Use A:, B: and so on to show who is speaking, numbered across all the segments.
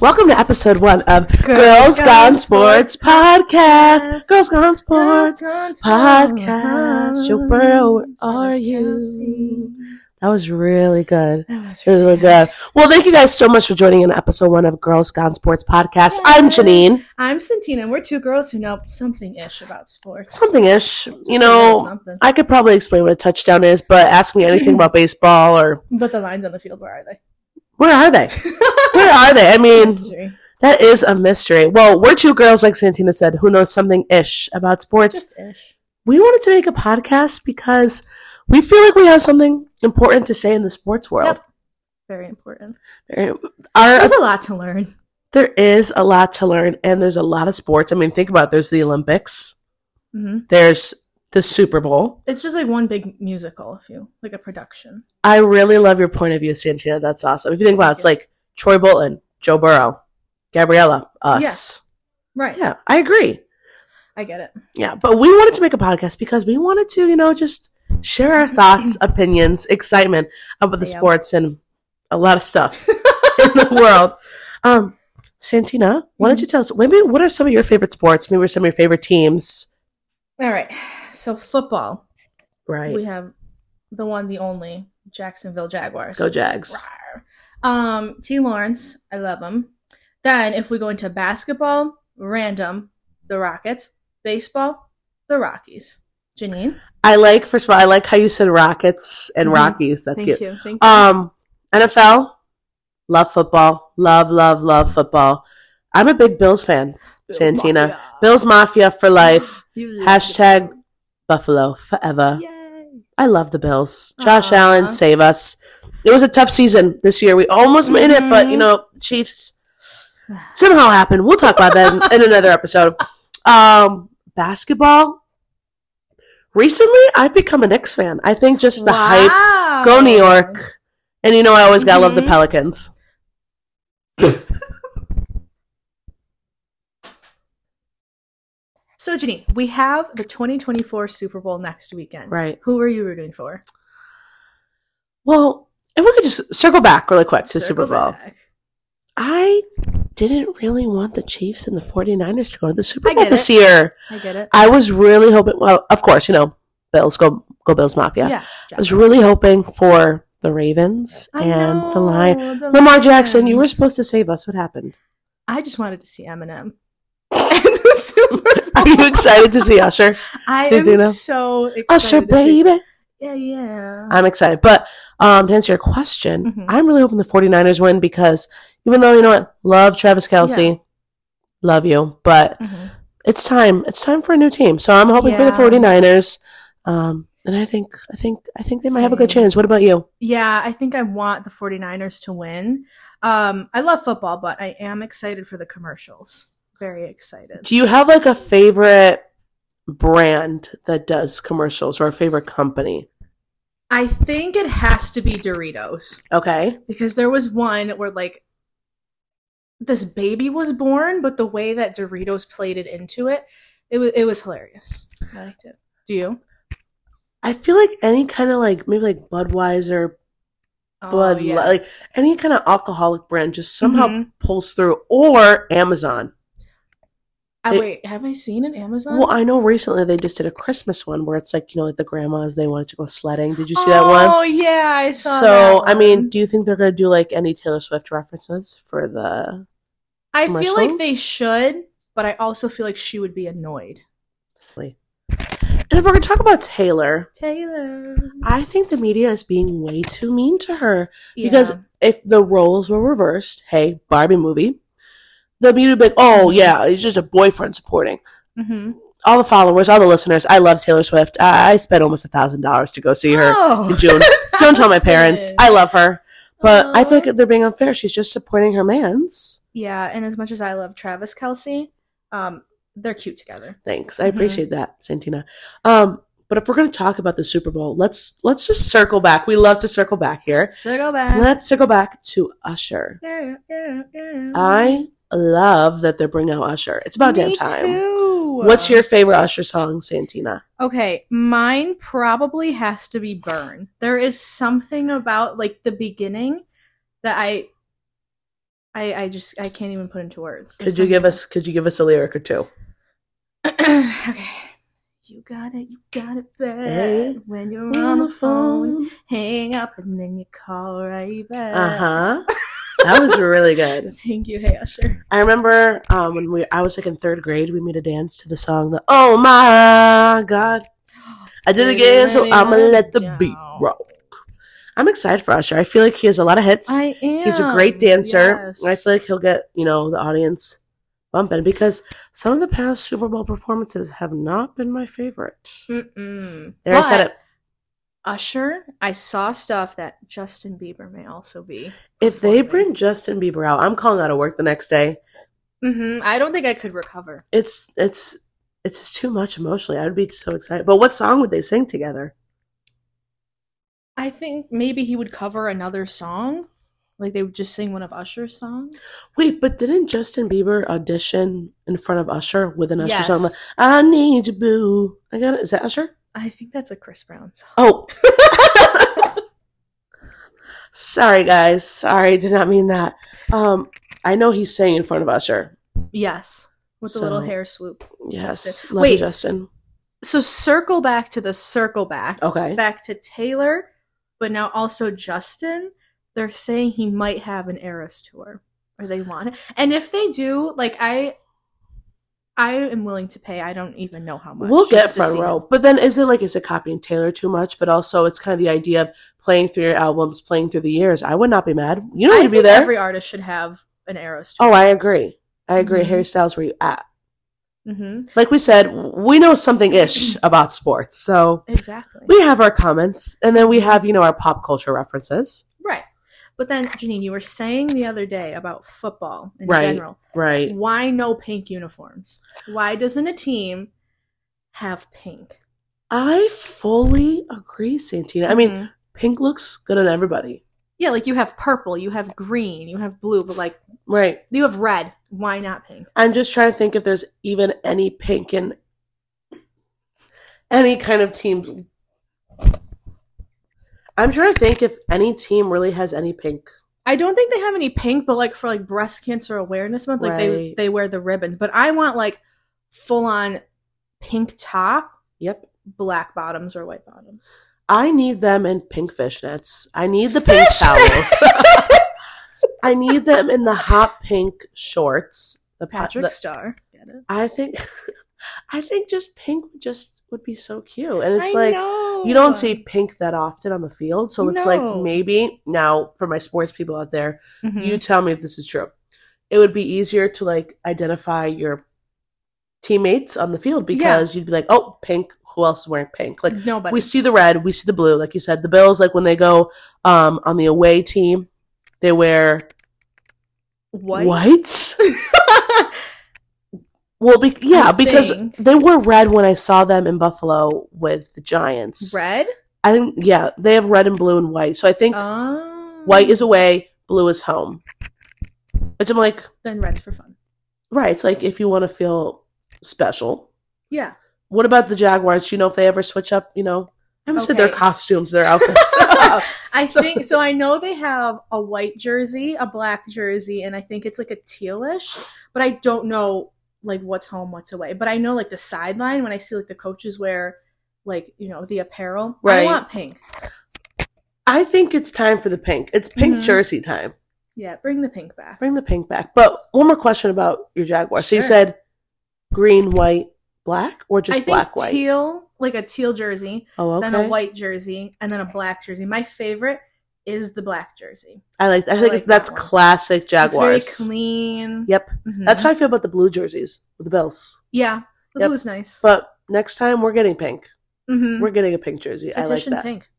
A: Welcome to episode one of Girls, Gone,
B: Gone
A: Sports,
B: Sports
A: Podcast.
B: Podcast.
A: Girls Gone Sports Podcast.
B: Podcast.
A: Joe Burrow, where are
B: Travis
A: you?
B: Kelce.
A: That was really good.
B: That
A: It was
B: was
A: really good. Well, thank you guys so much for joining in episode one of Girls Gone Sports Podcast. I'm Janine.
B: I'm Santina, and we're two girls who know something ish about sports.
A: Something ish. You
B: Just a little
A: know,
B: something.
A: I could probably explain what a touchdown is, but ask me anything about baseball or
B: but the lines on the field, where are they?
A: where are they? Where are they? I mean,
B: Mystery.
A: That is a mystery. Well, we're two girls, like Santina said, who know something ish about sports.
B: Just ish.
A: We wanted to make a podcast because we feel like we have something important to say in the sports world.
B: Very important.
A: Our,
B: There's a lot to learn.
A: there is a lot to learn, and there's a lot of sports. I mean, think about it. there's the Olympics,
B: hmm
A: there's the Super Bowl.
B: It's just like one big musical, if you like a production.
A: I really love your point of view, Santina. That's awesome. If you think about it, it's like Troy Bolton, Joe Burrow, Gabriella, us.
B: Right.
A: yeah I agree.
B: I get it.
A: Yeah, but we wanted to make a podcast because we wanted to, you know, just share our thoughts, opinions, excitement about the
B: Yeah.
A: sports and a lot of stuff in the world. Um, Santina, why
B: Mm-hmm.
A: don't you tell us maybe what are some of your favorite sports? Maybe what are some of your favorite teams?
B: All right. So football.
A: Right.
B: We have the one, the only Jacksonville Jaguars.
A: Go Jags.
B: Rawr. Um, T. Lawrence, I love him. Then if we go into basketball, random, the Rockets. Baseball, the Rockies. Janine,
A: I like first of all, I like how you said Rockets and
B: Mhm.
A: Rockies. That's
B: thank
A: cute.
B: you. Thank
A: Um, NFL, love football, love, love, love football. I'm a big Bills fan.
B: you.
A: Santina.
B: Mafia.
A: Bills Mafia for life.
B: You love
A: Hashtag Buffalo forever.
B: it. Yay.
A: I love the Bills. Josh
B: Aw.
A: Allen, save us. It was a tough season this year. We almost made it, but you
B: Mhm.
A: know, Chiefs somehow happened. We'll talk about that in, in another episode. Um, basketball. Recently, I've become a Knicks fan. I think just the hype.
B: Wow.
A: Go New York. And you know, I always gotta love the
B: Mhm.
A: Pelicans.
B: So Janine, we have the 2024 Super Bowl next weekend.
A: Right.
B: Who are you rooting for?
A: Well, if we could just circle back really quick to Super
B: Circle
A: Bowl.
B: back.
A: I didn't really want the Chiefs and the 49ers to go to the Super
B: I
A: Bowl
B: get
A: this
B: it.
A: year.
B: I get it.
A: I was really hoping, well, of course, you know, Bills, go, go Bills Mafia. I was really hoping for the Ravens
B: I
A: and the
B: know,
A: Lions.
B: the
A: Lamar Jackson, you were
B: Lions.
A: supposed to save us. What happened?
B: I just wanted to see Eminem. in the Super
A: Are
B: Bowl.
A: you excited to see Usher?
B: I
A: So you
B: am
A: do know?
B: so excited.
A: Usher,
B: to see-
A: baby.
B: Yeah, yeah.
A: I'm excited. But um, to answer your question,
B: Mhm.
A: I'm really hoping the 49ers win because even though, you know what, love Travis Kelsey, love you, but
B: Mhm.
A: it's time. It's time for a new team. So I'm hoping
B: Yeah.
A: for the 49ers. Um, and I think I think I think they might have a good
B: Same.
A: chance. What about you?
B: Yeah, I think I want the 49ers to win. Um, I love football, but I am excited for the commercials. Very excited.
A: Do you have like a favorite brand that does commercials or a favorite company?
B: I think it has to be Doritos
A: Okay.
B: because there was one where like this baby was born, but the way that Doritos played it into it, it was it was hilarious. I liked it. Do you?
A: I feel like any kind of like maybe like Budweiser,
B: Oh,
A: Bud,
B: yeah.
A: Light, like any kind of alcoholic brand just somehow
B: Mhm.
A: pulls through or Amazon.
B: Ah,
A: it-
B: wait, have I seen an Amazon?
A: Well, I know recently they just did a Christmas one where it's like, you know, like the grandmas they wanted to go sledding. Did you see that one?
B: Oh yeah, I saw.
A: So,
B: that
A: I mean,
B: one.
A: do you think they're going to do like any Taylor Swift references for the?
B: I feel like they
A: commercials?
B: should, but I also feel like she would be annoyed.
A: And if we're going to talk about Taylor,
B: Taylor,
A: I think the media is being way too mean to her. Because- If the roles were reversed, hey, Barbie movie, the media would be like, oh, yeah, he's just a boyfriend supporting.
B: hmm
A: All the followers, all the listeners, I love Taylor Swift. I, I spent almost a $1,000 to go see her
B: Oh,
A: in June. Don't tell my parents. I love her. But I feel like they're being unfair. She's just supporting her man's.
B: Oh. yeah, and as much as I love Travis Kelsey, um, they're cute together.
A: Thanks. I
B: Mhm.
A: appreciate that, Santina. Um, but if we're going to talk about the Super Bowl, let's let's just circle back. We love to circle back here.
B: So go back.
A: Let's circle back to Usher.
B: Yeah, yeah, yeah.
A: I love that they're bringing out Usher. It's about damn
B: Mm-hmm.
A: time.
B: Me too.
A: What's your favorite Usher song, Santina?
B: Okay, mine probably has to be Burn. There is something about like the beginning that I I, I just I can't even put into words.
A: Could you give us? Could you give us a lyric or two?
B: okay. You got it, you got it bad.
A: Hey.
B: when you're on the phone, hang up and then you call right back.
A: Uh huh. that was really good.
B: Thank you, hey Usher.
A: I remember um, when we I was like in third grade, we made a dance to the song the Oh my God. I did it again, so I'ma let the beat rock. I'm excited for Usher. I feel like he has a lot of hits.
B: I am.
A: He's a great dancer.
B: Yes.
A: and I feel like he'll get, you know, the audience bumping because some of the past Super Bowl performances have not been my favorite.
B: Mm-mm.
A: There I said
B: But
A: it.
B: Usher, I saw stuff that Justin Bieber may also be.
A: If they
B: performing.
A: bring Justin Bieber out, I'm calling out of work the next day.
B: Mm-hmm. I don't think I could recover.
A: It's it's it's just too much emotionally. I would be so excited. But what song would they sing together?
B: I think maybe he would cover another song. Like they would just sing one of Usher's songs.
A: Wait, but didn't Justin Bieber audition in front of Usher with an Usher song? like, I need you, boo. I got it. Is that Usher?
B: I think that's a Chris Brown song.
A: Oh. Sorry, guys. Sorry, did not mean that. Um, I know he's sang in front of Usher.
B: Yes. With the little
A: So-
B: hair swoop.
A: Yes.
B: Okay.
A: Love
B: Wait.
A: you, Justin.
B: So circle back to the circle back.
A: Okay.
B: Back to Taylor, but now also Justin. They're saying he might have an Eras tour. Or they want it. And if they do, like I I am willing to pay. I don't even know how much.
A: We'll get
B: just to
A: front
B: see
A: row.
B: him.
A: But then is it like is it copying Taylor too much? But also it's kind of the idea of playing through your albums, playing through the years. I would not be mad. You don't
B: I
A: need to be
B: think
A: there.
B: Every artist should have an Eras tour.
A: oh, I agree. I agree.
B: Mhm.
A: Harry Styles, where you at? Oh.
B: mm-hmm.
A: Like we said, we know something ish about sports. So
B: Exactly.
A: we have our comments and then we have, you know, our pop culture references.
B: Right. But then, Janine, you were saying the other day about football in
A: Right.
B: general.
A: Right.
B: Why no pink uniforms? Why doesn't a team have pink?
A: I fully agree, Santina. I mean,
B: Mhm.
A: pink looks good on everybody.
B: yeah, like you have purple, you have green, you have blue, but like
A: Right.
B: you have red. Why not pink?
A: I'm just trying to think if there's even any pink in any kind of team. I'm trying to think if any team really has any pink.
B: I don't think they have any pink, but like for like breast cancer awareness month, like they
A: Right.
B: they wear the ribbons. But I want like full on pink top,
A: Yep.
B: black bottoms or white bottoms.
A: I need them in pink fishnets. I need the pink towels. I need them in the hot pink shorts. The pa-
B: Patrick
A: the-
B: Star. Get it?
A: I think I think just pink would just would be so cute. And it's like
B: know.
A: You don't see pink that often on the field, so it's
B: No.
A: like maybe now for my sports people out there,
B: Mhm.
A: you tell me if this is true. It would be easier to like identify your teammates on the field because you'd be like, "Oh, pink, who else is wearing pink?" Like
B: nobody.
A: we see the red, we see the blue, like you said. The Bills like when they go um on the away team, they wear
B: White.
A: white. well, be- yeah,
B: I
A: because
B: think.
A: they wore red when I saw them in Buffalo with the Giants.
B: Red.
A: I think yeah, they have red and blue and white. So I think
B: Oh.
A: white is away, blue is home. Which I'm like,
B: then red's for fun.
A: right, it's like if you want to feel special.
B: Yeah.
A: What about the Jaguars? Do you know if they ever switch up, you know? I almost said their
B: Okay.
A: costumes, their outfits.
B: I
A: So-
B: think so. I know they have a white jersey, a black jersey, and I think it's like a tealish, but I don't know like what's home, what's away. But I know like the sideline when I see like the coaches wear like you know the apparel. I
A: Right.
B: want pink.
A: I think it's time for the pink. It's pink
B: Mhm.
A: jersey time.
B: Yeah, bring the pink back.
A: Bring the pink back. But one more question about your Jaguars. So you
B: Sure.
A: said green, white, black, or
B: I
A: just
B: think
A: black, white?
B: teal, like a teal jersey,
A: oh, okay.
B: then a white jersey, and then a black jersey. My favorite is the black jersey.
A: I like. I
B: I
A: think
B: like
A: that's
B: that one.
A: classic Jaguars.
B: It's very clean.
A: Yep.
B: Mhm.
A: That's how I feel about the blue jerseys with the Bills.
B: Yeah, the
A: Yep.
B: blue's nice.
A: But next time we're getting pink.
B: mm-hmm.
A: We're getting a pink jersey. I like
B: Petition
A: that.
B: pink.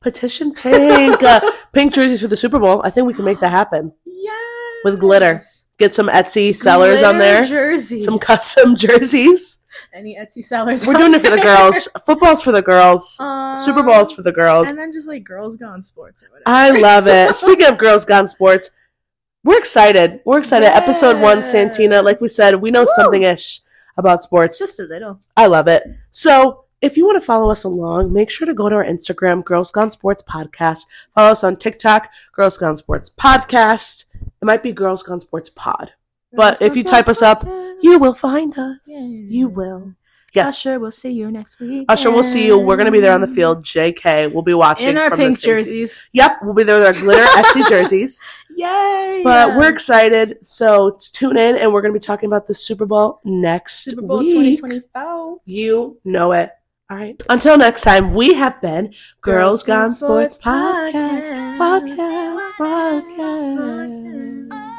A: Petition pink. uh, pink jerseys for the Super Bowl. I think we can make that happen.
B: Yeah.
A: With glitter. Get some Etsy sellers on there.
B: Jerseys.
A: Some custom jerseys.
B: Any Etsy sellers.
A: We're
B: out
A: doing it for the
B: there?
A: girls. Football's for the girls.
B: Um,
A: Super Bowl's for the girls.
B: And then just like girls gone sports or whatever.
A: I love it. Speaking of girls gone sports, we're excited. We're excited. Episode one,
B: Yes.
A: Santina. Like we said, we know something ish about sports.
B: it's just a little.
A: I love it. So if you want to follow us along, make sure to go to our Instagram, Girls Gone Sports Podcast. Follow us on TikTok, Girls Gone Sports Podcast. It might be Girls Gone Sports Pod. But if you type us up, You will find us.
B: Yeah.
A: You will. Yes. Usher,
B: Usher, we'll see you next week.
A: we'll see you. We're going to be there on the field. JK, we'll be watching.
B: in our
A: from the
B: pink
A: safety.
B: jerseys.
A: Yep, we'll be there with our glitter Etsy jerseys.
B: Yay!
A: But we're excited. So t- tune in, and we're going to be talking about the Super Bowl next
B: Super Bowl
A: week.
B: 2024.
A: You know it. All right. Until next time, we have been Girls, Gone Sports, podcast, podcast, podcast.